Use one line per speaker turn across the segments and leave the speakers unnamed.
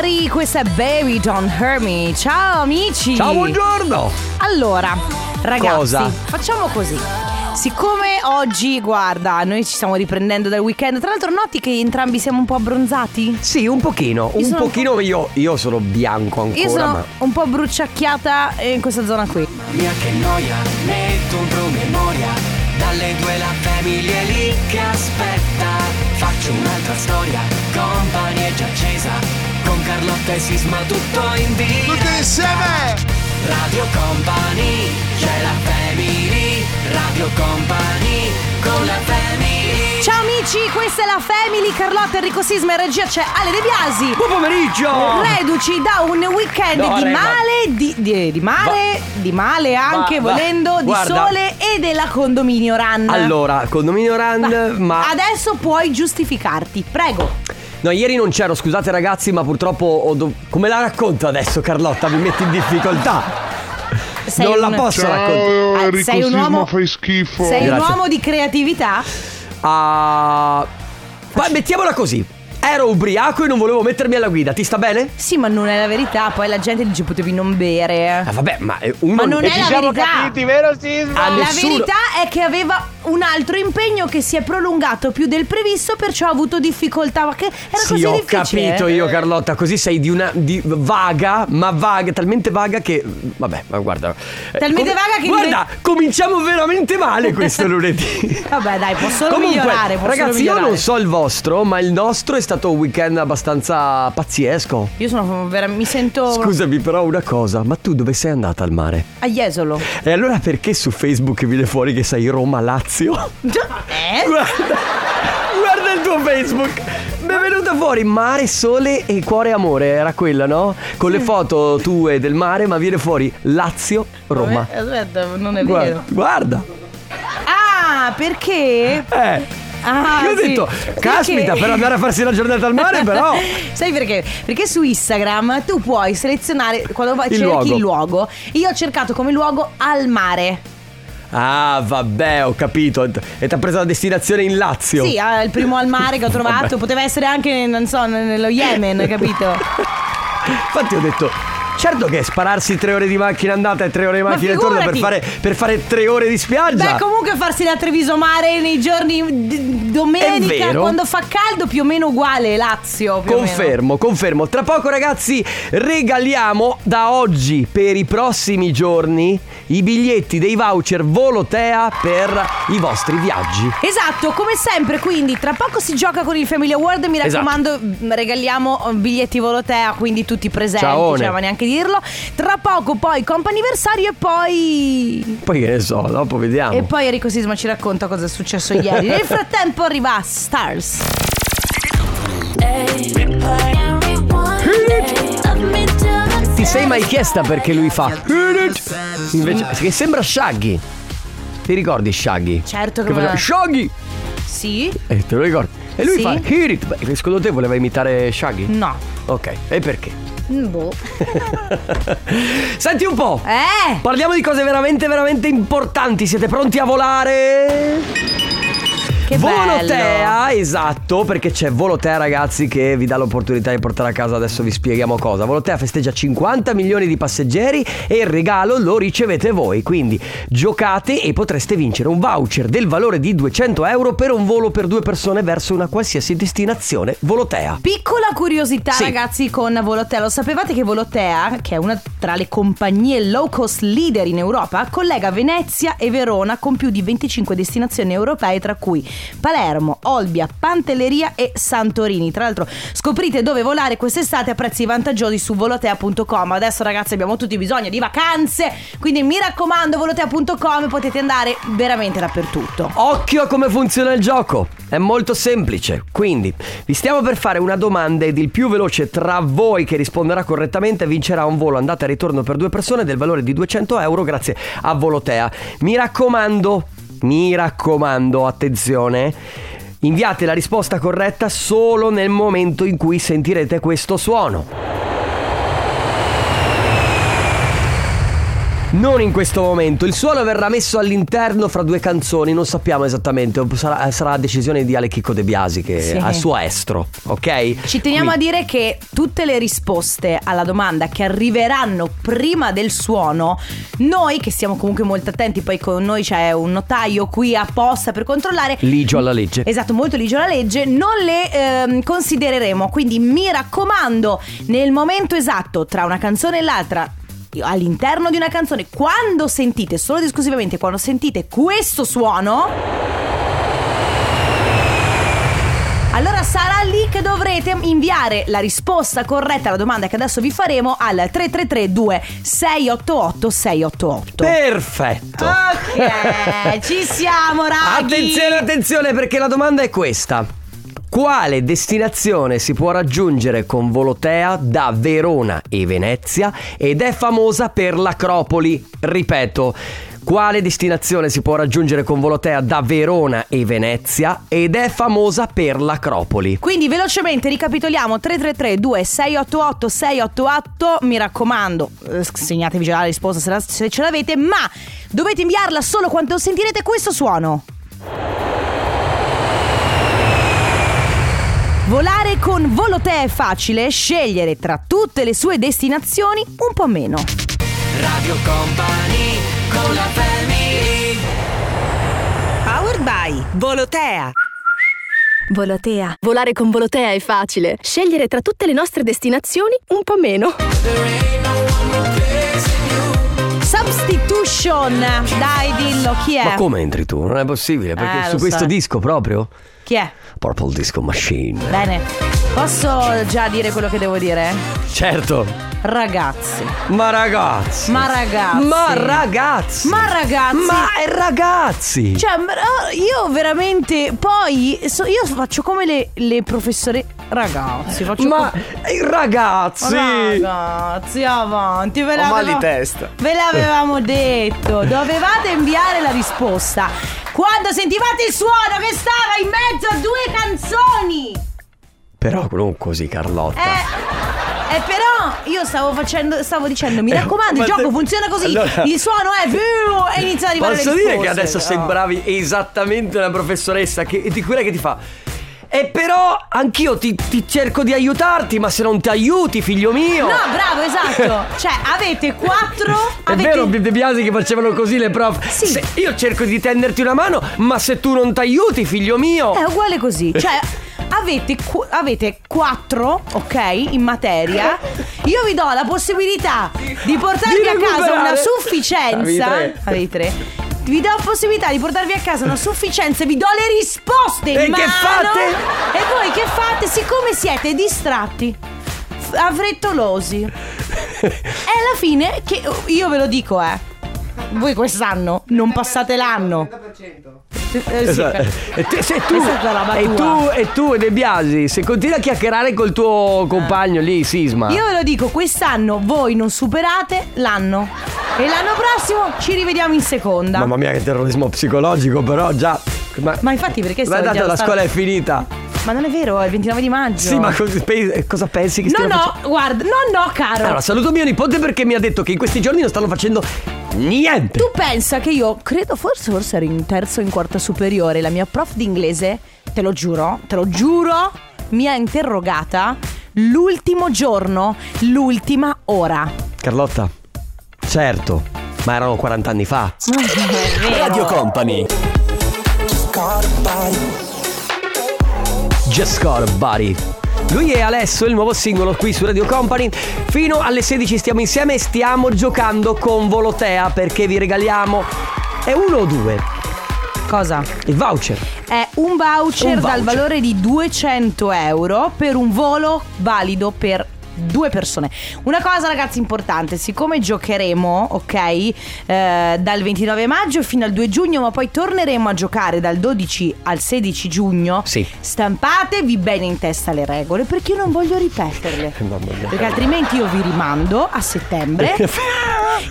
Cari, questa è Baby Don't Hurt Me. Ciao amici.
Ciao, buongiorno!
Allora, ragazzi,
Cosa?
facciamo così. Siccome oggi, guarda, noi ci stiamo riprendendo dal weekend, tra l'altro noti che entrambi siamo un po' abbronzati?
Sì, un pochino, un
sono un
pochino io, io sono bianco ancora,
Io sono
ma
un po' bruciacchiata eh, in questa zona qui.
Mia che noia, metto un promemoria Dalle due la famiglia è lì che aspetta Faccio un'altra storia, compagnie è già accesa Con Carlotta e Sisma tutto in diretta Tutti insieme! Radio Company, c'è la family Radio Company, con la family
Ciao amici, questa è la Family, Carlotta, Enrico Sisma e regia c'è Ale De Biasi.
Buon pomeriggio!
Reduci da un weekend
No,
di
Re, ma-
male, di, di- di male, di male anche
va-
volendo, di
guarda.
sole e della condominio run.
Allora, condominio Rand, ma...
Adesso puoi giustificarti, prego.
No, ieri non c'ero, scusate ragazzi, ma purtroppo ho dov- Come la racconto adesso, Carlotta? Mi metti in difficoltà.
Sei
non
un-
la posso raccontare.
Ah,
Enrico
sei un
Sisma
uomo-
eh, fai schifo.
Sei un
Grazie.
uomo di creatività?
Ah, ma mettiamola così. Ero ubriaco e non volevo mettermi alla guida, ti sta bene?
Sì, ma non è la verità. Poi la gente dice potevi non
Ah,
bere.
vabbè, ma eh, uno
Ma non è la verità.
vero Sisma?
a
La
nessuno-
verità è che aveva un altro impegno che si è prolungato più del previsto, perciò ha avuto difficoltà. Ma che era così
sì, ho
difficile.
capito io Carlotta, così sei di una di vaga, ma vaga, talmente vaga che vabbè, ma guarda. eh,
Talmente vaga che
Guarda, cominciamo veramente male questo lunedì.
Vabbè, dai, posso solo
Comunque,
migliorare. posso solo
ragazzi, io
migliorare.
non so il vostro, ma il nostro è stato un weekend abbastanza pazzesco.
Io sono veramente. Mi sento
Scusami, però una cosa, ma tu dove sei andata al mare?
a Jesolo.
E allora perché su Facebook viene fuori che sei Roma Lazio?
Eh?
Guarda, guarda il tuo Facebook. Mi è venuta fuori mare, sole e cuore amore, era quella, no? Con le foto tue del mare, ma viene fuori Lazio, Roma.
Eh, Aspetta, non è
Guarda,
vero.
guarda.
Ah, perché?
Eh.
Ah,
Io ho
sì.
detto, caspita,
Perché-
per andare a farsi la giornata al mare, però.
Sai perché? Perché su Instagram tu puoi selezionare quando vai-
Il
cerchi
luogo.
il luogo. Io ho cercato come luogo al mare.
Ah, vabbè, ho capito. E ti ha preso la destinazione in Lazio.
Sì, ah, il primo al mare che ho trovato. Poteva essere anche, non so, nello Yemen, capito?
Infatti ho detto Certo che spararsi tre ore di macchina andata e tre ore di
Ma
macchina intorno per
figurati.
fare, per fare tre ore di spiaggia
Beh, comunque farsi da Treviso Mare nei giorni di-
È
domenica
vero.
quando fa caldo più o meno uguale Lazio. più o meno.
Confermo, confermo. Tra poco, ragazzi, regaliamo da oggi per i prossimi giorni i biglietti dei voucher Volotea per i vostri viaggi.
Esatto, come sempre, quindi tra poco si gioca con il Family Award, mi
Esatto.
raccomando, mh, regaliamo mm, biglietti volotea, quindi tutti presenti, non
Ciaone.
c'era neanche dirlo. Tra poco poi comp'anniversario e poi
Poi che ne so, dopo vediamo.
e poi Enrico Sisma ci racconta cosa è successo ieri. Nel frattempo arriva Stars.
Ti sei mai chiesta perché lui fa Hit it? Invece, che sembra Shaggy. Ti ricordi Shaggy?
Certo che
che
me la-
faceva Shaggy!
Sì?
E te lo ricordi? E lui
Sì. Mm.
fa Hit it. Beh, Secondo te voleva imitare Shaggy?
No.
Ok, e perché?
Mm, Boh.
Senti un po'.
Eh!
Parliamo di cose veramente, veramente importanti. Siete pronti a volare?
Che bello.
Volotea, esatto, perché c'è Volotea ragazzi che vi dà l'opportunità di portare a casa, adesso vi spieghiamo cosa. Volotea festeggia 50 milioni di passeggeri e il regalo lo ricevete voi, quindi giocate e potreste vincere un voucher del valore di 200 euro per un volo per due persone verso una qualsiasi destinazione Volotea.
Piccola curiosità
Sì.
ragazzi con Volotea, lo sapevate che Volotea, che è una tra le compagnie low cost leader in Europa, collega Venezia e Verona con più di 25 destinazioni europee tra cui Palermo, Olbia, Pantelleria e Santorini. Tra l'altro scoprite dove volare quest'estate a prezzi vantaggiosi su volotea.com. Adesso ragazzi abbiamo tutti bisogno di vacanze, quindi mi raccomando volotea.com potete andare veramente dappertutto.
Occhio a come funziona il gioco, è molto semplice. Quindi, vi stiamo per fare una domanda ed il più veloce tra voi che risponderà correttamente vincerà un volo andata e ritorno per due persone del valore di 200 euro grazie a Volotea. Mi raccomando, mi raccomando, attenzione. Inviate la risposta corretta solo nel momento in cui sentirete questo suono. Non in questo momento, il suono verrà messo all'interno fra due canzoni, non sappiamo esattamente, sarà, sarà decisione di Alechico De Biasi che
Sì.
al suo estro, ok?
Ci teniamo
Qui-
a dire che tutte le risposte alla domanda che arriveranno prima del suono, noi che siamo comunque molto attenti, poi con noi c'è un notaio qui apposta per controllare.
Ligio alla legge.
Esatto, molto ligio la legge, non le ehm, considereremo, quindi mi raccomando, nel momento esatto tra una canzone e l'altra, all'interno di una canzone, quando sentite, solo ed esclusivamente quando sentite questo suono, Allora sarà lì che dovrete inviare la risposta corretta alla domanda che adesso vi faremo al 333 2688 688.
Perfetto.
Ok, ci siamo ragazzi.
Attenzione, attenzione, perché la domanda è questa. Quale destinazione si può raggiungere con Volotea da Verona e Venezia ed è famosa per l'Acropoli? Ripeto, quale destinazione si può raggiungere con Volotea da Verona e Venezia ed è famosa per l'Acropoli?
Quindi velocemente ricapitoliamo 333 2688 688 Mi raccomando eh, segnatevi già la risposta se, la- se ce l'avete Ma dovete inviarla solo quando sentirete questo suono Volare con Volotea è facile Scegliere tra tutte le sue destinazioni un po' meno
Radio Company con la family
Powered by Volotea
Volotea. Volare con Volotea è facile. Scegliere tra tutte le nostre destinazioni un po' meno.
Substitution Dai dillo chi è?
Ma come entri tu? Non è possibile, perché
Eh,
su
lo
questo
so.
disco proprio?
Chi è?
Purple Disco Machine.
Bene Posso già dire quello che devo dire?
Certo.
Ragazzi,
Ma ragazzi.
ma ragazzi,
Ma ragazzi.
ma ragazzi,
Ma eh, ragazzi!
cioè, ma- oh, io veramente, poi, so- io faccio come le, le professore, ragazzi, faccio
ma
come-
eh, ragazzi!
Ragazzi, avanti, ve l'avevamo,
mal di testa.
Ve l'avevamo detto, dovevate inviare la risposta quando sentivate il suono che stava in mezzo a due canzoni.
Però non così Carlotta.
Eh, eh, però io stavo facendo, stavo dicendo, mi raccomando,
Eh, ma
il gioco
te-
funziona così.
Allora-
il suono è più e inizia ad arrivare
Posso
le
dire
risposte.
che adesso
No.
sembravi esattamente una professoressa che, di quella che ti fa. E però anch'io ti, ti cerco di aiutarti, ma se non ti aiuti, figlio mio!
No, bravo, esatto. Cioè, avete quattro.
È
avete...
vero, De Biasi che facevano così le prof.
Sì.
Se- io cerco di tenderti una mano, ma se tu non ti aiuti, figlio mio!
È uguale così. Cioè, avete, qu- avete quattro, ok, in materia. Io vi do la possibilità di portarvi
Di
a casa
recuperare.
una sufficienza.
Avevi tre.
Avevi tre. Vi do la possibilità di portarvi a casa una sufficienza, vi do le risposte. in
E che
mano.
fate?
E voi che fate? Siccome siete distratti, f- avrettolosi. e alla fine, che io ve lo dico, eh. Voi quest'anno non passate l'anno. Eh, sì.
Esatto. E te- se tu,
Questa è la roba
e,
tua.
tu, e tu, De Biasi, se continui a chiacchierare col tuo compagno lì, Sisma.
Ah. Io ve lo dico, quest'anno voi non superate l'anno. E l'anno prossimo ci rivediamo in seconda.
Mamma mia, che terrorismo psicologico, però già. Ma,
Ma infatti perché
ma
stiamo
tanto
già-
la
sta-
scuola è finita.
Ma non è vero, è il 29 di maggio.
Sì, ma cos- pe- cosa pensi che
No,
stiano
no,
facendo?
guarda, no, no, caro.
Allora, saluto mio nipote perché mi ha detto che in questi giorni non stanno facendo niente.
Tu pensa che io credo forse forse ero in terzo o in quarta superiore, la mia prof di inglese, te lo giuro, te lo giuro, mi ha interrogata l'ultimo giorno, l'ultima ora.
Carlotta, certo, ma erano 40 anni fa. Radio Company. Just got a body. Lui è Alesso, il nuovo singolo qui su Radio Company. Fino alle 16 stiamo insieme e stiamo giocando con Volotea perché vi regaliamo. È uno o due?
Cosa?
Il voucher.
È un voucher,
Un voucher.
dal valore di 200 euro per un volo valido per due persone. Una cosa ragazzi importante, siccome giocheremo, ok, eh, dal 29 maggio fino al 2 giugno, ma poi torneremo a giocare dal 12 al 16 giugno,
Sì.
stampatevi bene in testa le regole perché io non voglio ripeterle.
Mamma mia.
Perché altrimenti io vi rimando a settembre.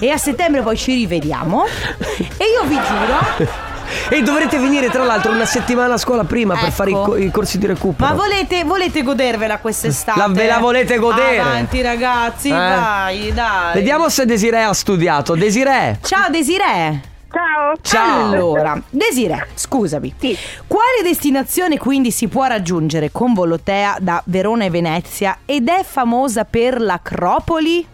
E a settembre poi ci rivediamo. E io vi giuro
E dovrete venire tra l'altro una settimana a scuola prima per
Ecco.
fare i, co- i corsi di recupero.
Ma volete, volete godervela quest'estate?
La- ve la volete godere?
Avanti ragazzi,
Eh?
dai, dai.
Vediamo se Desiree ha studiato. Desiree,
Ciao Desiree.
Ciao.
ciao.
Allora, Desiree, scusami. Quale destinazione quindi si può raggiungere con Volotea da Verona e Venezia ed è famosa per l'Acropoli?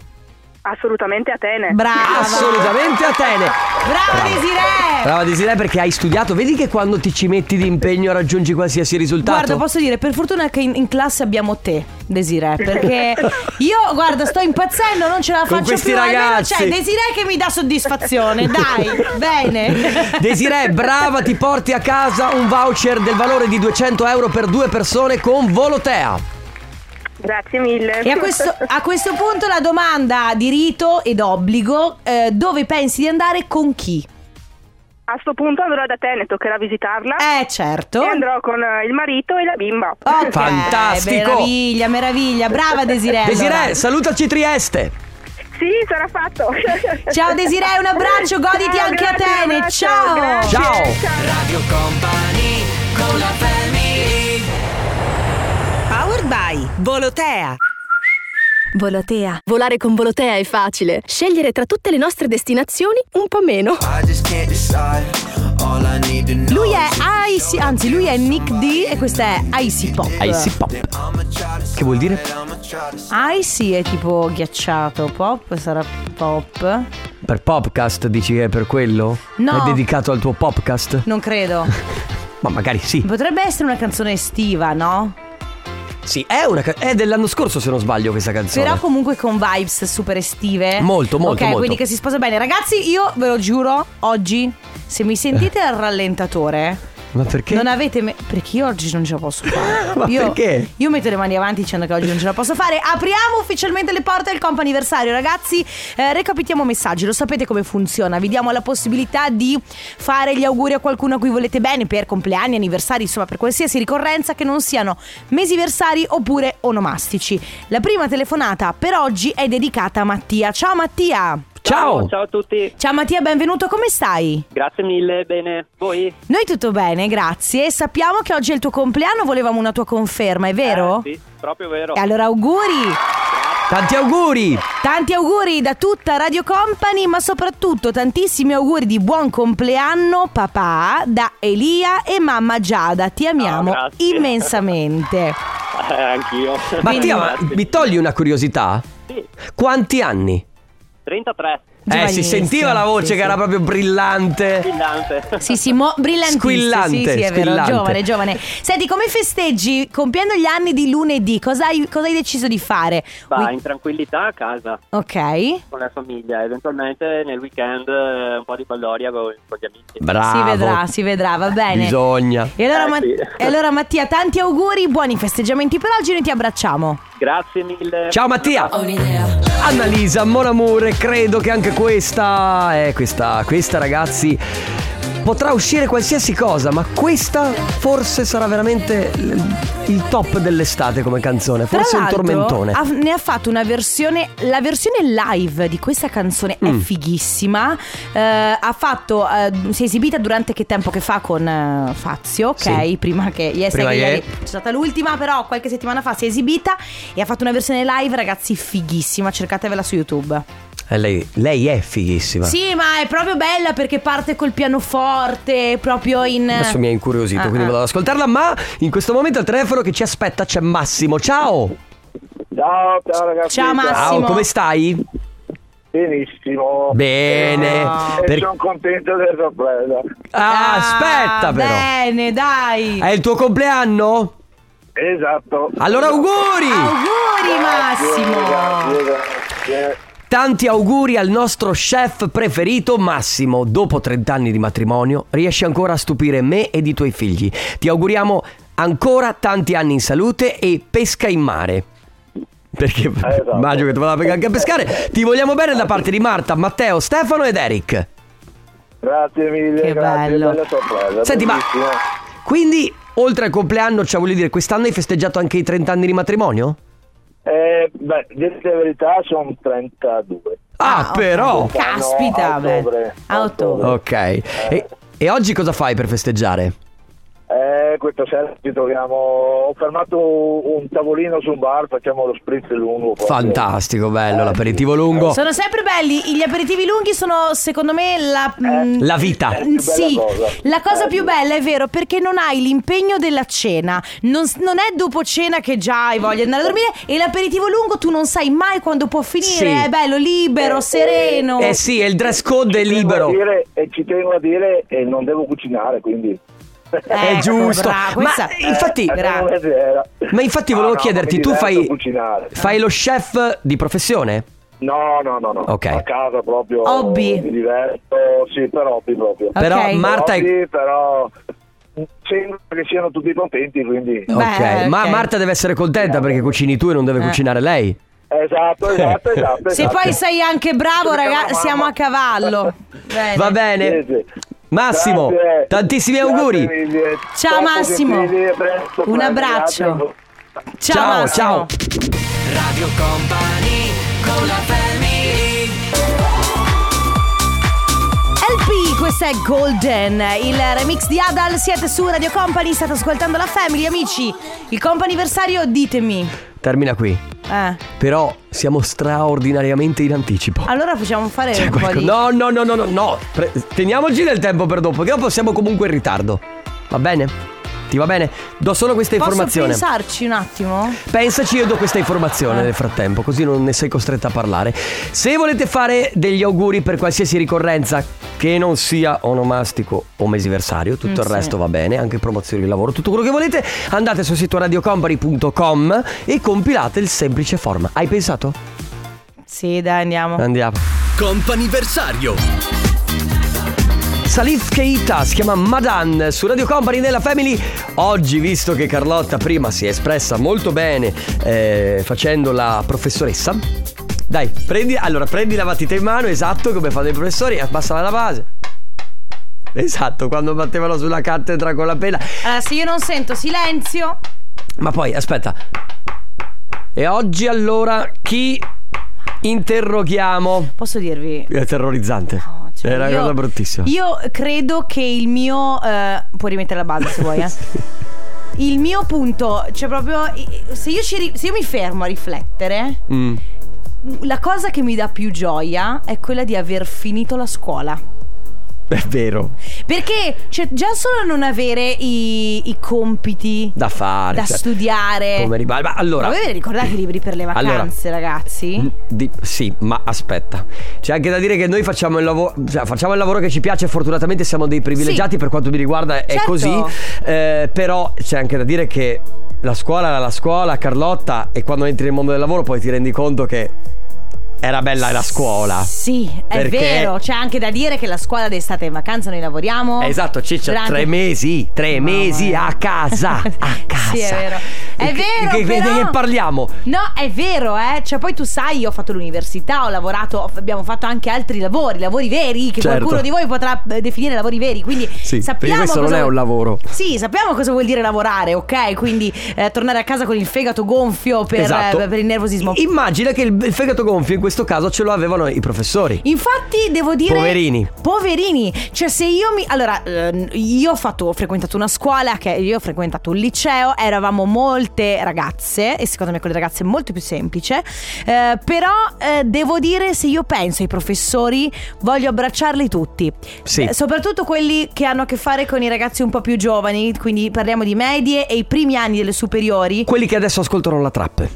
Assolutamente Atene.
Brava.
Assolutamente Atene.
Brava Desiree.
Brava Desiree perché hai studiato. Vedi che quando ti ci metti di impegno raggiungi qualsiasi risultato.
Guarda, posso dire, per fortuna che in, in classe abbiamo te, Desiree, perché io, guarda, sto impazzendo, non ce la
Con
faccio
questi
più. almeno
ragazzi.
c'è Desiree che mi dà soddisfazione, dai, bene.
Desiree, brava, ti porti a casa un voucher del valore di 200 euro per due persone con Volotea.
Eh,
Grazie mille.
E a questo, a questo punto la domanda di rito ed obbligo, eh, dove pensi di andare con chi?
A sto punto andrò ad Atene, toccherà visitarla.
Eh, Oh. certo.
E andrò con eh, il marito e la bimba.
Ok,
Fantastico.
Meraviglia, meraviglia, brava Desiree.
Desiree,
allora.
salutaci Trieste.
Sì, sarà fatto.
Ciao Desiree, un abbraccio, goditi
Ciao,
anche
grazie, un
Atene.
abbraccio,
Ciao.
grazie.
Ciao.
Radio Company con la family
Powered by Volotea.
Volotea. Volare con Volotea è facile. Scegliere tra tutte le nostre destinazioni un po' meno.
Lui è Icy, anzi lui è Nick D e questa è Icy Pop.
Icy Pop. Che vuol dire?
Icy è tipo ghiacciato, pop sarà pop.
Per podcast dici che è per quello?
No.
È dedicato al tuo podcast?
Non credo.
Ma magari sì.
Potrebbe essere una canzone estiva, no?
Sì, è, una ca- è dell'anno scorso se non sbaglio questa canzone.
Però comunque con vibes super estive.
Molto, molto,
Ok,
molto.
quindi che si sposa bene. Ragazzi, io ve lo giuro, oggi se mi sentite al rallentatore
Ma perché?
Non avete. me- perché io oggi non ce la posso fare.
Ma
io,
perché?
Io metto le mani avanti dicendo che oggi non ce la posso fare. Apriamo ufficialmente le porte del comp anniversario, ragazzi. Eh, recapitiamo messaggi, lo sapete come funziona. Vi diamo la possibilità di fare gli auguri a qualcuno a cui volete bene per compleanni, anniversari, insomma, per qualsiasi ricorrenza che non siano mesiversari oppure onomastici. La prima telefonata per oggi è dedicata a Mattia. Ciao Mattia!
Ciao.
Ciao a tutti,
Ciao Mattia, benvenuto, come stai?
grazie mille, bene. Voi?
Noi tutto bene, grazie. Sappiamo che oggi è il tuo compleanno, volevamo una tua conferma, è vero?
Eh, sì, proprio vero.
E allora auguri,
Tanti auguri.
tanti auguri da tutta Radio Company, ma soprattutto tantissimi auguri di buon compleanno papà da Elia e mamma Giada. Ti amiamo
Ah, grazie.
immensamente.
Eh, anch'io.
Mattia, ma
Grazie.
mi togli una curiosità?
Sì,
Quanti anni?
33,
Eh, si
Giovanissimo,
sentiva la voce
sì,
che
sì.
era proprio brillante.
brillante.
Sì, sì, mo- brillantissimo.
Squillante,
Sì, sì, è vero,
squillante.
giovane, giovane. Senti, come festeggi compiendo gli anni di lunedì? Cosa hai, cosa hai deciso di fare?
Va
Ui-
in tranquillità a casa
ok.
con la famiglia, eventualmente nel weekend eh, un po' di baldoria con, con gli amici.
Bravo.
Si vedrà, si vedrà, va bene.
Bisogna.
E allora,
Eh,
Ma-
sì.
e allora, Mattia, tanti auguri, buoni festeggiamenti per oggi, noi ti abbracciamo.
Grazie mille.
Ciao Mattia. Ho un'idea. Annalisa, Mon Amour, credo che anche questa, eh, questa, questa ragazzi, potrà uscire qualsiasi cosa, ma questa forse sarà veramente l- il top dell'estate come canzone,
Tra
forse un
l'altro,
tormentone.
ha- ne ha fatto una versione, la versione live di questa canzone
Mm.
è fighissima. Eh, ha fatto, eh, si è esibita durante che tempo che fa con eh, Fazio, ok?
Sì.
Prima che Yes,
Prima
I
che-
Get It. c'è stata l'ultima, però qualche settimana fa si è esibita e ha fatto una versione live, ragazzi, fighissima. Cercatevela su YouTube.
Eh, lei, lei è fighissima.
Sì, ma è proprio bella perché parte col pianoforte, proprio in.
Adesso mi ha incuriosito,
Eh. Ah,
quindi
ah.
vado ad ascoltarla, ma in questo momento al telefono che ci aspetta c'è Massimo. Ciao!
Ciao, ciao ragazzi.
Ciao Massimo.
Ciao, come stai?
Benissimo. Eh,
Bene.
Ah.
E
Per-
sono contento della sorpresa.
Ah, aspetta però.
Bene, dai.
È il tuo compleanno?
Esatto.
Allora auguri!
Auguri Massimo.
Grazie, grazie.
Tanti auguri al nostro chef preferito Massimo. Dopo 30 anni di matrimonio riesci ancora a stupire me ed i tuoi figli. Ti auguriamo ancora tanti anni in salute e pesca in mare. Perché
esatto.
immagino che tu vada anche a pescare. Ti vogliamo bene da parte di Marta, Matteo, Stefano ed Eric.
Grazie mille,
Che
grazie,
bello.
bella sorpresa.
Senti, ma
bellissimo.
quindi oltre al compleanno, cioè voglio dire, quest'anno hai festeggiato anche i 30 anni di matrimonio?
Eh, beh, dite la verità, sono 32.
Ah, però.
Caspita,
a
beh.
ottobre.
A ottobre.
Ok. E E oggi cosa fai per festeggiare?
Eh, questa sera ci troviamo. Ho fermato un tavolino su un bar, facciamo lo spritz lungo. proprio.
Fantastico, bello,
Eh,
l'aperitivo lungo.
Sono sempre belli, gli aperitivi lunghi sono secondo me la... mm,
La vita.
Eh, più bella
Sì,
cosa.
la cosa
Eh,
più
sì.
bella è vero perché non hai l'impegno della cena, non, s- non è dopo cena che già hai voglia di andare a dormire e l'aperitivo lungo tu non sai mai quando può finire,
Sì.
è bello, libero,
Eh,
sereno.
Eh sì, e il dress code è
Ci tengo
libero.
a dire- e ci tengo a dire, e non devo cucinare, quindi.
È
Ecco,
giusto.
brava, questa-
Ma infatti,
Eh,
Gra-
almeno mezz'era.
ma infatti volevo
Ah, no,
chiederti,
mi
tu
diverto
fai,
a cucinare.
fai lo chef di professione?
No, no, no, no.
Ok.
A casa proprio.
Hobby.
Mi diverto, sì, per hobby proprio.
Ok.
Però Marta è...
Hobby, però sembra che siano tutti contenti, quindi.
Beh,
ok, ma
ok.
Marta deve essere contenta perché cucini tu e non deve
Eh.
cucinare lei.
Esatto, esatto, esatto.
Se
esatto.
poi sei anche bravo,
Sono
ragazzi,
mamma.
siamo a cavallo. Bene.
Va bene.
Sì, sì.
Massimo,
Grazie.
tantissimi
Grazie
auguri.
mille.
Ciao, Massimo.
gentili, a presto.
Un abbraccio.
Grazie.
Ciao,
ciao,
Massimo.
ciao.
Radio Company con la family
LP, questa è Golden, il remix di Adal, siete su Radio Company, state ascoltando la Family, amici. Il companiversario, ditemi.
Termina qui.
Eh,
Però siamo straordinariamente in anticipo.
allora facciamo fare
C'è
Ah, un po'
qualco-
di...
No, no, no, no, no, no. Pre- teniamoci del tempo per dopo, che dopo siamo comunque in ritardo. Va bene? Ti va bene? Do solo questa
Posso
informazione.
pensarci un attimo?
Pensaci, io do questa informazione nel frattempo, così non ne sei costretta a parlare. Se volete fare degli auguri per qualsiasi ricorrenza, che non sia onomastico o mesiversario, tutto il
sì.
resto va bene, anche promozioni di lavoro, tutto quello che volete, andate sul sito radiocompany.com e compilate il semplice form. Hai pensato?
Sì, dai, andiamo.
Andiamo.
Companiversario
Salif Keita si chiama Madan su Radio Company della Family. Oggi, visto che Carlotta prima si è espressa molto bene eh, facendo la professoressa, dai, prendi, allora, prendi la matita in mano, esatto, come fanno i professori, abbassa la base. Esatto, quando battevano sulla cattedra con la penna.
Allora, se io non sento silenzio...
Ma poi, aspetta. E oggi allora chi interroghiamo?
Posso dirvi...
È terrorizzante.
No, cioè,
Era una
io-
cosa bruttissima.
Io credo che il mio. eh, puoi rimettere la base se vuoi, eh. Il mio punto, cioè proprio. Se io, ci ri- se io mi fermo a riflettere,
Mm.
la cosa che mi dà più gioia è quella di aver finito la scuola.
È vero.
Perché cioè, già solo non avere i, i compiti da,
da fare cioè,
studiare.
poveri bal- ma allora
Ma voi vi ricordate i libri per le
Allora.
vacanze, ragazzi?
Mm, di- sì, ma aspetta. C'è anche da dire che noi facciamo il lavoro. Cioè, facciamo il lavoro che ci piace. Fortunatamente siamo dei privilegiati per quanto mi riguarda, è
Certo.
così. Eh, però c'è anche da dire che la scuola era la scuola, Carlotta, e quando entri nel mondo del lavoro, poi ti rendi conto che era bella la scuola.
Sì, è
Perché-
vero. C'è anche da dire che la scuola d'estate è in vacanza, noi lavoriamo.
Eh, Esatto, ciccia,
Durante-
tre mesi, tre
Mamma
mesi
mia.
a casa, a casa.
Sì, è vero. È
Che-
vero,
che- che-
però-
Di che parliamo?
No, è vero, eh. Cioè, poi tu sai, io ho fatto l'università, ho lavorato, ho- abbiamo fatto anche altri lavori, lavori veri, che
Certo.
qualcuno di voi potrà eh, definire lavori veri. Quindi
Sì, perché
sappiamo.
questo
cosa
non è
vuol-
un lavoro.
Sì, sappiamo cosa vuol dire lavorare, ok? Quindi eh, tornare a casa con il fegato gonfio per,
Esatto.
eh, per il nervosismo.
Immagina che il, il fegato gonfio in questo caso ce lo avevano i professori.
Infatti devo dire
Poverini.
Poverini Cioè se io mi Allora ehm, Io ho, fatto, ho frequentato una scuola che Io ho frequentato un liceo Eravamo molte ragazze E secondo me con le ragazze è molto più semplice Eh, Però eh, devo dire Se io penso ai professori Voglio abbracciarli tutti
Sì.
Eh, Soprattutto quelli che hanno a che fare Con i ragazzi un po' più giovani Quindi parliamo di medie E i primi anni delle superiori
Quelli che adesso ascoltano la trap.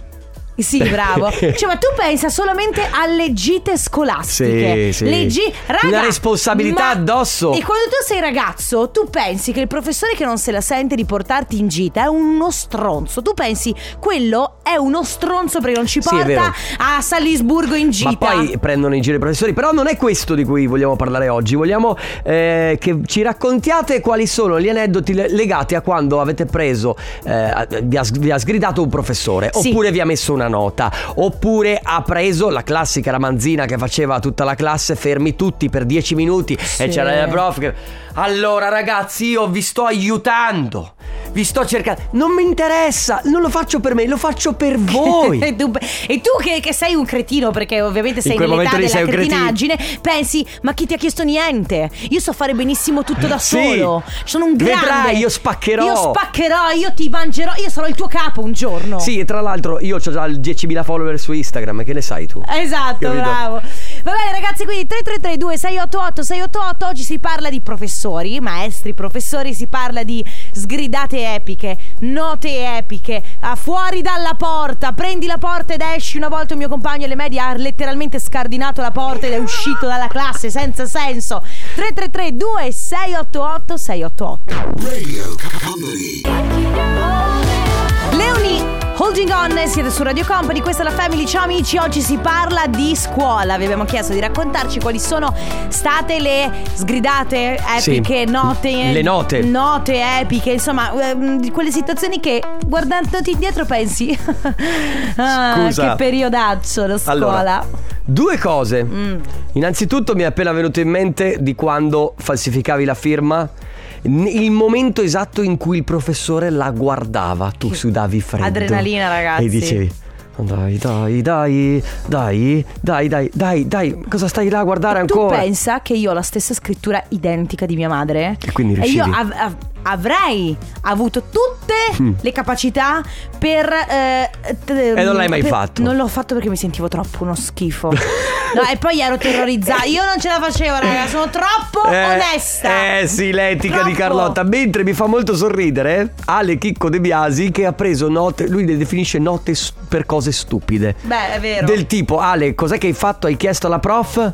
sì, bravo. Cioè, ma tu pensa solamente alle gite scolastiche.
Sì, sì.
Le gi- raga,
Una responsabilità
ma-
addosso.
E quando tu sei ragazzo, tu pensi che il professore che non se la sente di portarti in gita è uno stronzo. Tu pensi quello è uno stronzo perché non ci
Sì, è vero.
porta a Salisburgo in gita.
Ma poi prendono in giro i professori. Però non è questo di cui vogliamo parlare oggi. Vogliamo eh, che ci raccontiate quali sono gli aneddoti le- legati a quando avete preso, eh, a- vi, ha, s- vi ha sgridato un professore,
Sì.
oppure vi ha messo una nota, oppure ha preso la classica ramanzina che faceva tutta la classe, fermi tutti per 10 minuti
Sì.
e c'era il prof che... Allora ragazzi, io vi sto aiutando. vi sto cercando. Non mi interessa, non lo faccio per me, lo faccio per voi.
E tu, e tu che, che sei un cretino, perché ovviamente sei
quel
nell'età
momento lì
della
sei un cretino.
cretinaggine, pensi, ma chi ti ha chiesto niente? Io so fare benissimo tutto da
Sì.
solo. Sono un grande.
Vedrai, io spaccherò."
Io spaccherò, io ti mangerò, io sarò il tuo capo un giorno.
Sì, e tra l'altro io ho già il 10.000 follower su Instagram, che ne sai tu?
Esatto,
Capito?
bravo. Va bene ragazzi, quindi 3332 688 688 oggi si parla di professori, maestri, professori, si parla di sgridate epiche, note epiche, a fuori dalla porta, prendi la porta ed esci. Una volta un mio compagno alle medie ha letteralmente scardinato la porta ed è uscito dalla classe senza senso. 3332 688 688. Leoni, holding on, siete su Radio Company, questa è la Family, ciao amici, oggi si parla di scuola, vi abbiamo chiesto di raccontarci quali sono state le sgridate epiche,
Sì.
note,
Le note.
note epiche, insomma, ehm, di quelle situazioni che guardandoti indietro pensi, ah,
Scusa.
che periodaccio la scuola.
Allora, due cose.
Mm.
Innanzitutto mi è appena venuto in mente di quando falsificavi la firma. n- Il momento esatto in cui il professore la guardava, tu sudavi freddo.
adrenalina, ragazzi.
E dicevi: Dai, dai, dai, dai, dai, dai, dai, dai, cosa stai là a guardare
Tu
ancora?
pensa che io ho la stessa scrittura identica di mia madre
E quindi
e io
riuscivi?
av- av- avrei avuto tutte le capacità per... eh, t-
Mm. E non l'hai mai
per-
fatto.
Non l'ho fatto perché mi sentivo troppo uno schifo. no, e poi ero terrorizzata. Io non ce la facevo, raga, sono troppo
Eh,
onesta.
Eh sì, l'etica di
Troppo.
Carlotta. Mentre mi fa molto sorridere Ale Chicco De Biasi che ha preso note, lui le definisce note s- per cose stupide.
Beh, è vero.
Del tipo, Ale, cos'è che hai fatto? Hai chiesto alla prof?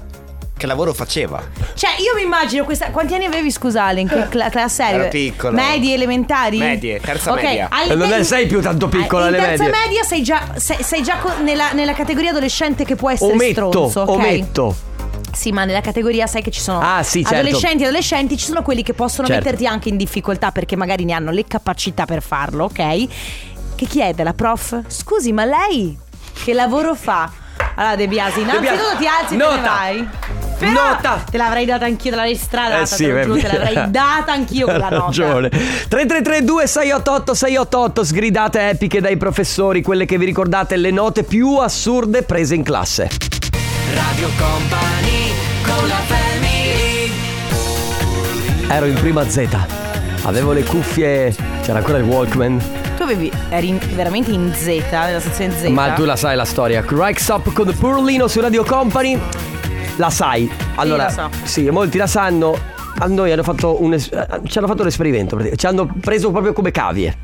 Che lavoro faceva?
Cioè, io mi immagino questa. Quanti anni avevi, scusale? In che cla- classe eri?
Ero piccolo.
Medie, elementari?
Medie, terza
Ok,
media.
alle-
Eh, non è- sei più tanto piccola
Eh, in
alle
terza
medie.
media sei già, sei, sei già co- nella, nella categoria adolescente che può essere
ometto,
stronzo, ok?
ometto.
Sì, ma nella categoria sai che ci sono
Ah, sì, certo.
adolescenti e adolescenti, ci sono quelli che possono
Certo.
metterti anche in difficoltà perché magari ne hanno le capacità per farlo, ok? Che chiede la prof, scusi, ma lei che lavoro fa? Allora De Biasi, innanzitutto
Biasi,
ti alzi e te
nota.
ne vai. Però
Nota.
Te l'avrei data anch'io, te l'avrei stradata,
Eh sì,
te, lo giuro,
beh,
te l'avrei data anch'io quella
Ha
nota.
ragione. 3332 688 688 sgridate epiche dai professori, quelle che vi ricordate le note più assurde prese in classe.
Radio Company con la family
Ero in prima Z. Avevo le cuffie, c'era ancora il Walkman.
Tu avevi, eri in- veramente in Z, eh, nella sezione Z.
Ma tu la sai la storia. Crack Stop con Purlino su Radio Company. La sai. Allora,
la so.
sì, molti la sanno. A noi hanno fatto un es- eh, ci hanno fatto un esperimento, praticamente. ci hanno preso proprio come cavie.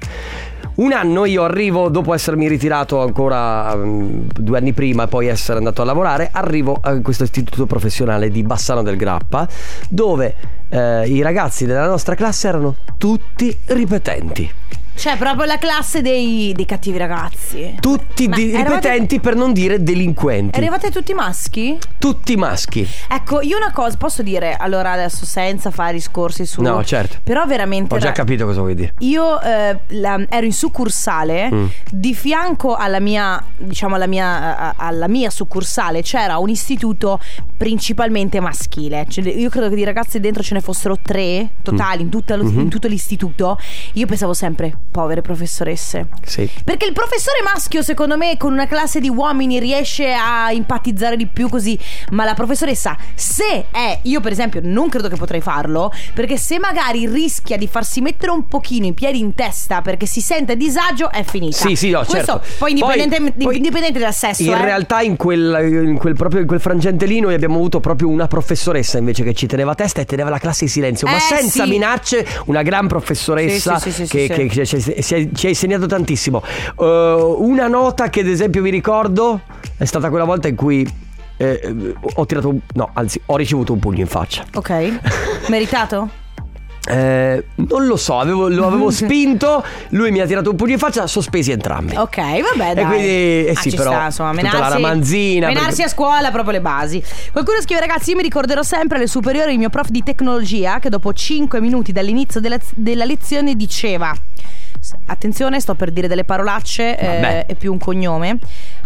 Un anno io arrivo, dopo essermi ritirato ancora mm, due anni prima e poi essere andato a lavorare, arrivo a questo istituto professionale di Bassano del Grappa, dove eh, i ragazzi della nostra classe erano tutti ripetenti.
Cioè, proprio la classe dei, dei cattivi ragazzi.
Tutti
Ma
di-
eravate-
ripetenti per non dire delinquenti.
Eravate tutti maschi?
Tutti maschi.
Ecco, io una cosa posso dire, allora adesso senza fare discorsi su...
No, certo.
Però veramente...
Ho già
ra-
capito cosa vuoi dire.
Io eh, la- ero in succursale,
Mm.
di fianco alla mia, diciamo alla mia, a- alla mia succursale c'era un istituto principalmente maschile. Cioè, io credo che di ragazze dentro ce ne fossero tre
Mm.
totali in, tutta lo-
Mm-hmm.
in tutto l'istituto. Io pensavo sempre, povere professoresse.
Sì.
Perché il professore maschio, secondo me, con una classe di uomini riesce a empatizzare di più così. Ma la professoressa, se è, io per esempio non credo che potrei farlo, perché se magari rischia di farsi mettere un pochino i piedi in testa perché si sente a disagio, è finita.
Sì, sì, no,
Questo,
certo.
Poi indipendente,
poi-
indipendente dal sesso.
In
eh.
realtà in quel, in quel proprio, in quel frangente lì noi abbiamo avuto proprio una professoressa invece che ci teneva a testa e teneva la classe in silenzio, ma
Eh,
senza
sì.
minacce, una gran professoressa
Sì, sì, sì, sì,
che,
sì,
che ci- ci- ci- ci ha insegnato tantissimo. Eh, una nota che ad esempio mi ricordo è stata quella volta in cui eh, ho tirato un, no, anzi, ho ricevuto un pugno in faccia.
Ok. Meritato?
Eh, non lo so, avevo- lo avevo spinto, lui mi ha tirato un pugno in faccia, sospesi entrambi.
Ok, vabbè,
E
dai.
quindi, eh
Ah,
sì,
ci
però,
sta, insomma,
tutta la
menarsi,
ramanzina,
menarsi
perché-
a scuola, proprio le basi. Qualcuno scrive, ragazzi, io mi ricorderò sempre alle superiori il mio prof di tecnologia che dopo 5 minuti dall'inizio della, della lezione diceva... "S- Attenzione, sto per dire delle parolacce,
Vabbè.
eh, è più un cognome.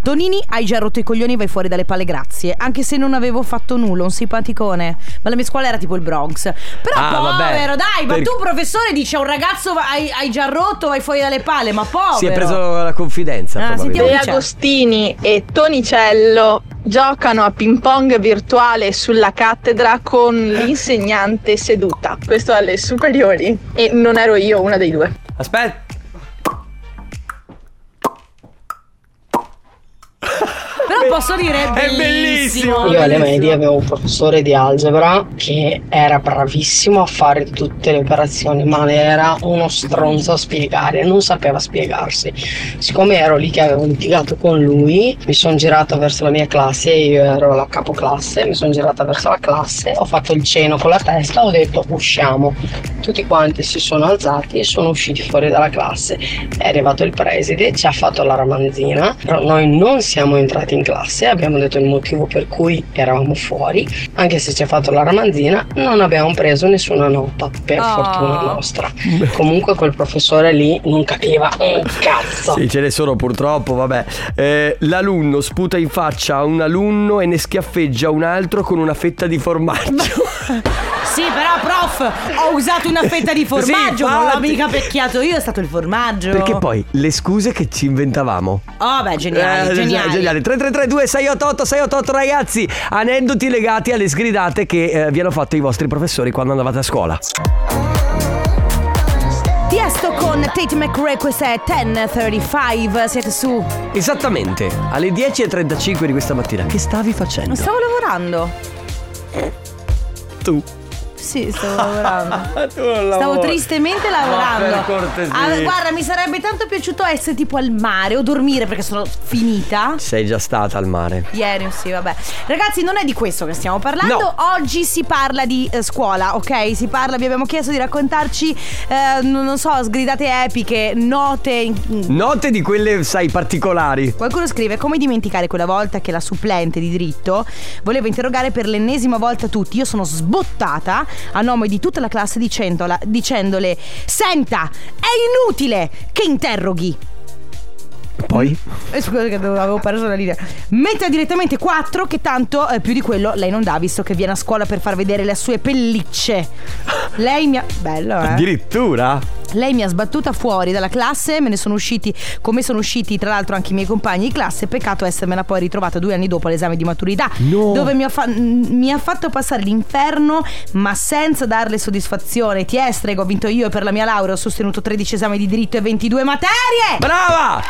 Tonini, hai già rotto i coglioni, vai fuori dalle palle, grazie. Anche se non avevo fatto nulla, un simpaticone. Ma la mia scuola era tipo il Bronx. Però
Ah,
povero,
vabbè.
dai, ma
Per-
tu professore dici a un ragazzo va- hai, hai già rotto, vai fuori dalle palle, ma povero.
Si è preso la confidenza.
Ah,
probabilmente.
sentiamo-
De Agostini
Tonicello.
e Tonicello giocano a ping pong virtuale sulla cattedra con l'insegnante seduta. Questo alle superiori. E non ero io una dei due.
Aspetta.
Però posso dire, è
È bellissimo.
bellissimo.
Io alle medie avevo un professore di algebra che era bravissimo a fare tutte le operazioni, ma era uno stronzo a spiegare, non sapeva spiegarsi. Siccome ero lì che avevo litigato con lui, mi sono girata verso la mia classe, io ero la capoclasse, mi sono girata verso la classe, ho fatto il cenno con la testa, ho detto usciamo. Tutti quanti si sono alzati e sono usciti fuori dalla classe. È arrivato il preside, ci ha fatto la ramanzina, però noi non siamo entrati in classe, abbiamo detto il motivo per cui eravamo fuori, anche se ci ha fatto la ramanzina non abbiamo preso nessuna nota, per
Oh.
fortuna nostra. Comunque quel professore lì non capiva un cazzo.
Sì, ce ne sono purtroppo, vabbè. Eh, l'alunno sputa in faccia a un alunno e ne schiaffeggia un altro con una fetta di formaggio.
Sì, però, prof, ho usato una fetta di formaggio,
Sì,
non l'ho
infatti.
mica pecchiato io, è stato il formaggio.
Perché poi le scuse che ci inventavamo.
Oh, beh, geniale,
Eh,
geniale.
geniale. 3332 688 688 ragazzi, aneddoti legati alle sgridate che eh, vi hanno fatto i vostri professori quando andavate a scuola.
Tiesto con Tate McRae, questa è 1035, siete su.
Esattamente, alle 10.35 di questa mattina. Che stavi facendo?
Non stavo lavorando.
tu.
Sì, stavo lavorando.
tu non
Stavo
lavori.
tristemente lavorando.
Ma per cortesia.
Ah, guarda, mi sarebbe tanto piaciuto essere tipo al mare o dormire perché sono finita.
Sei già stata al mare.
Ieri, sì, vabbè. Ragazzi, non è di questo che stiamo parlando.
No.
Oggi si parla di eh, scuola, ok? Si parla, vi abbiamo chiesto di raccontarci, eh, non non so, sgridate epiche, note. in-
Note di quelle, sai, particolari.
Qualcuno scrive come dimenticare quella volta che la supplente di diritto voleva interrogare per l'ennesima volta tutti. Io sono sbottata a nome di tutta la classe dicendola- dicendole Senta, è inutile che interroghi.
Poi?
Eh, Scusa che dove- avevo perso la linea. Metta direttamente 4 che tanto eh, più di quello lei non dà visto che viene a scuola per far vedere le sue pellicce. Lei mi ha... Bello, eh?
Addirittura?
Lei mi ha sbattuta fuori dalla classe, me ne sono usciti come sono usciti tra l'altro anche i miei compagni di classe, peccato essermela poi ritrovata due anni dopo l'esame di maturità,
No.
dove mi ha, fa- mi ha fatto passare l'inferno ma senza darle soddisfazione. Ti estrego, ho vinto io e per la mia laurea ho sostenuto 13 esami di diritto e 22 materie!
Brava!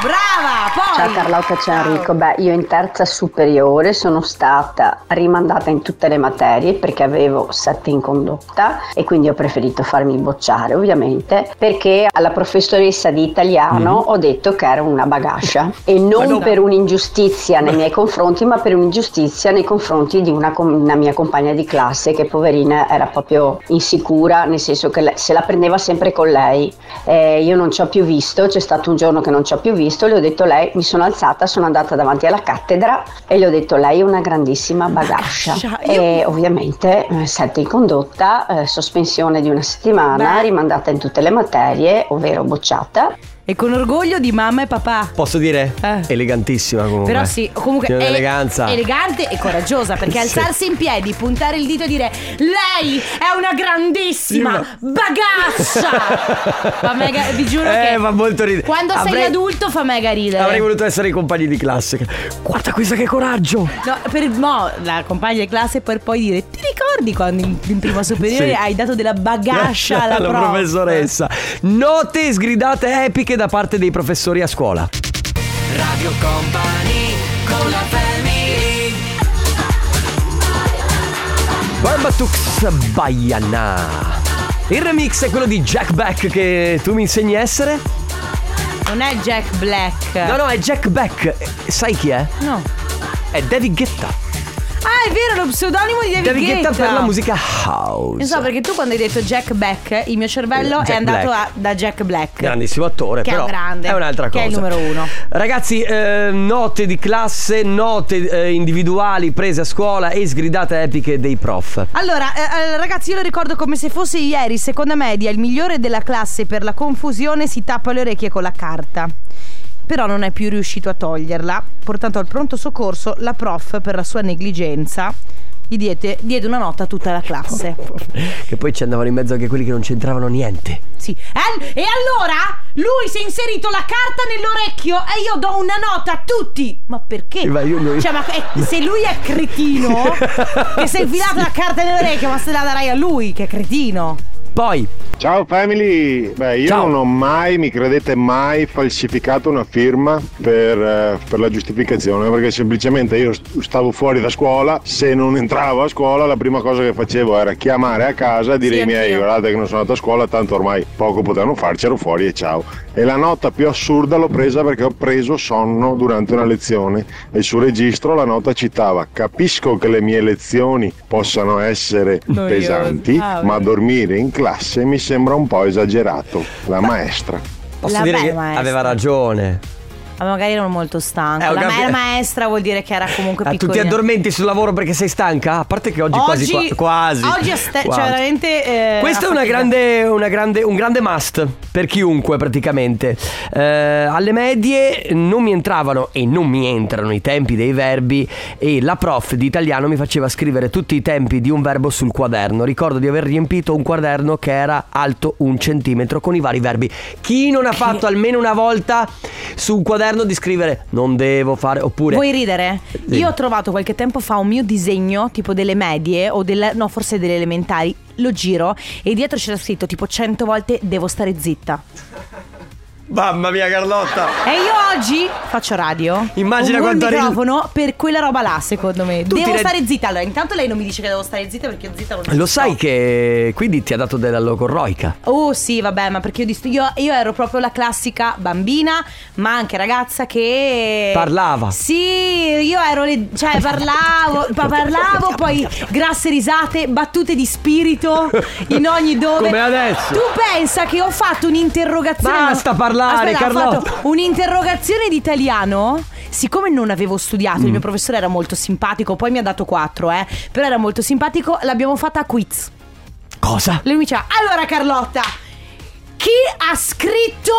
Brava! Poi...
Ciao Carlotta, ciao Enrico. Beh, io in terza superiore sono stata rimandata in tutte le materie perché avevo sette in condotta e quindi ho preferito farmi bocciare, ovviamente, perché alla professoressa di italiano ho detto che ero una bagascia e non
no.
per un'ingiustizia nei miei confronti, ma per un'ingiustizia nei confronti di una, com- una mia compagna di classe che poverina era proprio insicura, nel senso che le- se la prendeva sempre con lei. Eh, io non ci ho più visto, c'è stato un giorno che non ci ho più visto, le ho detto lei, mi sono alzata, sono andata davanti alla cattedra e le ho detto lei è una grandissima bagascia.
Bagascia, io-
E ovviamente eh, sette in condotta, eh, sospensione di una settimana,
Beh.
rimandata in tutte le materie, ovvero bocciata.
E con orgoglio di mamma e papà.
Posso dire?
Eh.
Elegantissima comunque.
Però sì, comunque
Tiene
è
eleganza.
elegante e coraggiosa perché
Sì.
alzarsi in piedi, puntare il dito e dire lei è una grandissima
Sì,
bagascia. fa mega, vi giuro
Eh,
che
fa molto ridere.
Quando sei
Avrei-
adulto fa mega ridere.
Avrei voluto essere i compagni di classe. Guarda questa che coraggio!
No, per mo, la compagna di classe per poi dire ti ricordi quando in, in prima superiore
Sì.
hai dato della bagascia alla
la
prof?"
professoressa. Note sgridate epiche da parte dei professori a scuola.
Radio Company con la family
Barbatux Baiana. Il remix è quello di Jack Beck che tu mi insegni a essere?
Non è Jack Black.
No, no, è Jack Beck. Eh, Sai chi è?
No.
È David Guetta.
Ah, è vero, lo pseudonimo di David,
David Guetta Esatto, per la musica house.
Non so perché tu quando hai detto Jack Black il mio cervello
Eh, Jack
è andato
Black.
a- da Jack Black.
Grandissimo attore,
Che è
però
un grande,
è un'altra
che
cosa.
è il numero uno.
Ragazzi, eh, note di classe, note eh, individuali prese a scuola e sgridate epiche dei prof.
Allora, eh, eh, ragazzi, io lo ricordo come se fosse ieri, seconda media, il migliore della classe per la confusione si tappa le orecchie con la carta. però non è più riuscito a toglierla. Portato al pronto soccorso, la prof, per la sua negligenza, gli diede, diede una nota a tutta la classe.
Che poi ci andavano in mezzo anche quelli che non c'entravano niente.
Sì. Al- e allora lui si è inserito la carta nell'orecchio e io do una nota a tutti. Ma perché?
Ma io non-
Cioè, ma eh, se lui è cretino, che si è infilato la carta nell'orecchio, ma se la darai a lui, che è cretino.
Poi.
Ciao family! Beh, io non ho mai, mi credete mai, falsificato una firma per, eh, per la giustificazione, perché semplicemente io st- stavo fuori da scuola, se non entravo a scuola la prima cosa che facevo era chiamare a casa e dire
Sì,
ai miei,
anch'io.
guardate che non sono andato a scuola, tanto ormai poco potevano farci, ero fuori e ciao. E la nota più assurda l'ho presa perché ho preso sonno durante una lezione e sul registro la nota citava, capisco che le mie lezioni possano essere
Noiose.
pesanti,
Ah, vabbè.
ma dormire in classe mi sembra un po' esagerato. La maestra.
Posso
La
dire
bella
che
maestra.
aveva ragione.
Ma magari ero molto stanca.
Eh, ho
la ma-
capi-
la maestra vuol dire che era comunque
Ah, tu ti
piccolina.
addormenti sul lavoro perché sei stanca? A parte che oggi, quasi. qua- quasi.
oggi è ste-
quasi.
cioè veramente eh,
Questo è una
fatica.
grande, una grande- un grande must per chiunque praticamente. Eh, alle medie non mi entravano e non mi entrano i tempi dei verbi e la prof di italiano mi faceva scrivere tutti i tempi di un verbo sul quaderno. Ricordo di aver riempito un quaderno che era alto un centimetro con i vari verbi. Chi non ha fatto almeno una volta su un quaderno di scrivere non devo fare oppure...
Vuoi ridere?
Sì.
Io ho trovato qualche tempo fa un mio disegno, tipo delle medie o delle, no, forse delle elementari. Lo giro e dietro c'era scritto tipo 100 volte devo stare zitta.
Mamma mia Carlotta!
E io oggi faccio radio.
Immagina
con un
quanto ris-
microfono per quella roba là, secondo me.
ti
devo
rendi-
stare zitta. Allora, intanto lei non mi dice che devo stare zitta perché io zitta non
Lo sai che quindi ti ha dato della logorroica?
Oh sì, vabbè, ma perché io, di stu- io, io ero proprio la classica bambina, ma anche ragazza che...
Parlava.
Sì, io ero... le- cioè parlavo, pa- parlavo, poi grasse risate, battute di spirito in ogni dove.
Come adesso.
Tu pensa che ho fatto un'interrogazione...
Basta parlare,
Aspetta, Ho
Carlotta.
fatto un'interrogazione di italiano... Siccome non avevo studiato,
Mm.
il mio professore era molto simpatico, poi mi ha dato 4, eh, però era molto simpatico, l'abbiamo fatta a quiz.
Cosa?
Lui mi diceva, allora Carlotta, chi ha scritto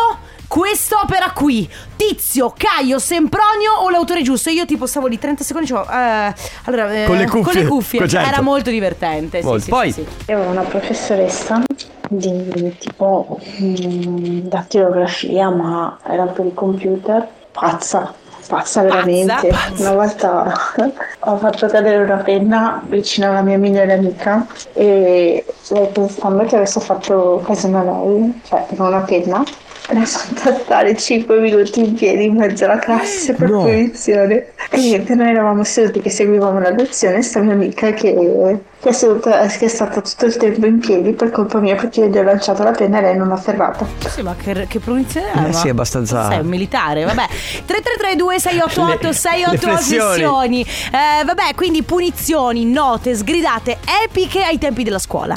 quest'opera qui? Tizio, Caio, Sempronio o l'autore giusto? E io tipo stavo lì 30 secondi e dicevo, eh, allora, eh,
Con le cuffie, co- certo.
Era molto divertente. sì,
Molto.
sì,
Poi?
sì, sì.
Io avevo una professoressa di tipo mm, dattilografia, ma era per il computer. Pazza, pazza veramente. Una volta ho fatto cadere una penna vicino alla mia migliore amica e lei pensando che avesse fatto casino a lei, cioè con una penna, ne sono stare 5 minuti in piedi in mezzo alla
Cioè,
classe per punizione. E niente, noi eravamo seduti che seguivamo la lezione e sta mia amica che, che è seduta, che è stata tutto il tempo in piedi per colpa mia perché io gli ho lanciato la penna e lei non l'ha fermata.
Sì, ma che, che punizione era?
Eh sì, abbastanza-
Sei un militare, vabbè. 3332 688
Le- le
688
flessioni.
flessioni. Eh, vabbè, quindi punizioni, note, sgridate epiche ai tempi della scuola.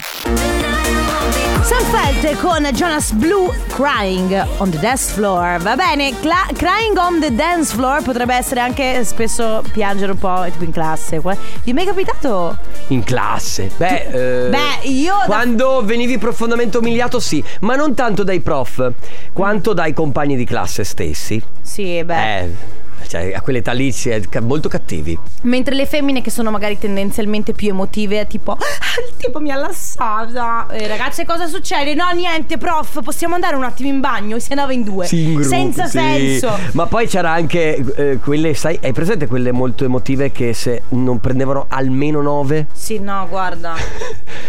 Sam Felt con Jonas Blue Crying on the Dance Floor. Va bene, cla- Crying on the Dance Floor potrebbe essere anche spesso piangere un po' tipo in classe. Qua- Vi è mai capitato?
In classe. Beh, eh,
Cioè, Beh, io da-
Quando venivi profondamente umiliato, sì, ma non tanto dai prof, quanto dai compagni di classe stessi.
Sì, beh.
Eh, cioè, a quell'età lì si è ca- molto cattivi.
Mentre le femmine che sono magari tendenzialmente più emotive, tipo, "Ah, tipo mi ha lassata. Eh, ragazze, cosa succede? No, niente, prof, possiamo andare un attimo in bagno? E si andava in due.
Sì, in gruppo,
Senza
sì.
senso.
Ma poi c'era anche eh, quelle, sai, hai presente quelle molto emotive che se non prendevano almeno 9?
Sì, no, guarda.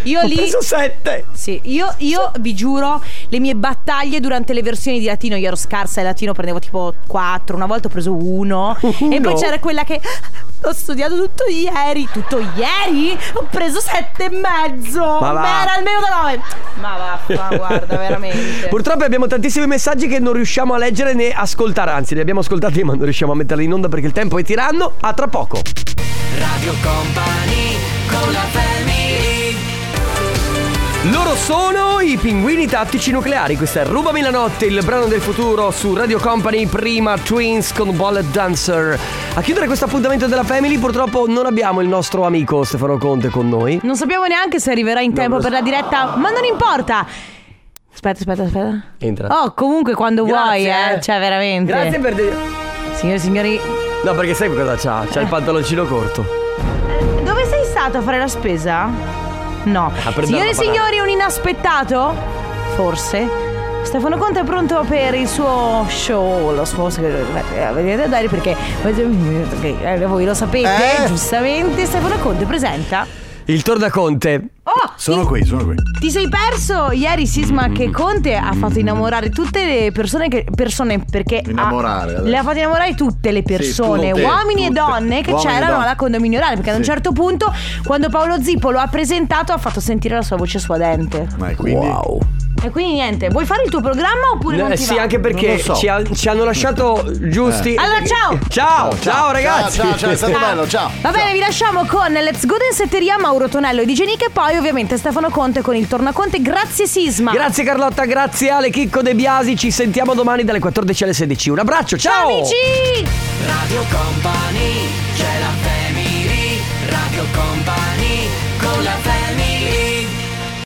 Io
Ho
lì.
preso sette.
Sì, io, io vi giuro, le mie battaglie durante le versioni di latino, io ero scarsa e latino prendevo tipo 4, una volta ho preso uno. E poi c'era quella che. "Ah, Ho studiato tutto ieri. Tutto ieri? Ho preso sette e mezzo.
Ma va.
Ma era almeno da 9. Ma vaffa, guarda, veramente.
Purtroppo abbiamo tantissimi messaggi che non riusciamo a leggere né ascoltare, anzi li abbiamo ascoltati ma non riusciamo a metterli in onda perché il tempo è tiranno. A tra poco.
Radio Company con la family
Loro sono i pinguini tattici nucleari, questa è Rubami la notte, il brano del futuro su Radio Company, prima Twins con Ballet Dancer. A chiudere questo appuntamento della Family purtroppo non abbiamo il nostro amico Stefano Conte con noi.
Non sappiamo neanche se arriverà in tempo per la diretta, ma non importa. aspetta, aspetta, aspetta.
Entra.
Oh, comunque quando vuoi,
Grazie,
eh.
eh.
Cioè, veramente.
Grazie per de-
Signore e signori,
No, perché sai cosa c'ha?
Eh.
C'ha il pantaloncino corto.
dove sei stato a fare la spesa? No.
prendere
Signore
la
e signori, un inaspettato? Forse. Stefano Conte è pronto per il suo show, lo so, eh, venite a dare perché eh, voi lo sapete, giustamente. Stefano Conte presenta.
Il tornaconte.
Oh,
Sono qui, sono qui.
Ti sei perso ieri sisma che Conte ha fatto innamorare tutte le persone che persone perché ha-
Innamorare, adesso.
le ha fatto innamorare tutte le persone,
tutte,
uomini
tutte.
e donne che
Uomini e
c'erano
donne.
alla condominiale perché ad un
Sì.
certo punto quando Paolo Zippo lo ha presentato ha fatto sentire la sua voce suadente.
Ma e quindi? Wow.
E quindi niente, vuoi fare il tuo programma oppure non
Eh,
ti
sì,
va?
anche perché ci, ha- ci hanno lasciato giusti.
Eh. Allora, ciao!
Ciao, ciao,
Ciao, ciao,
ragazzi.
ciao, ciao, è stato bello, ciao.
Va bene, vi lasciamo con Let's Go Densetteria, Mauro Tonello e Digenik e poi ovviamente Stefano Conte con il Tornaconte. Grazie Sisma.
Grazie Carlotta, grazie Ale Chicco De Biasi. Ci sentiamo domani dalle 14 alle 16. Un abbraccio, ciao!
Ciao amici!
Radio Company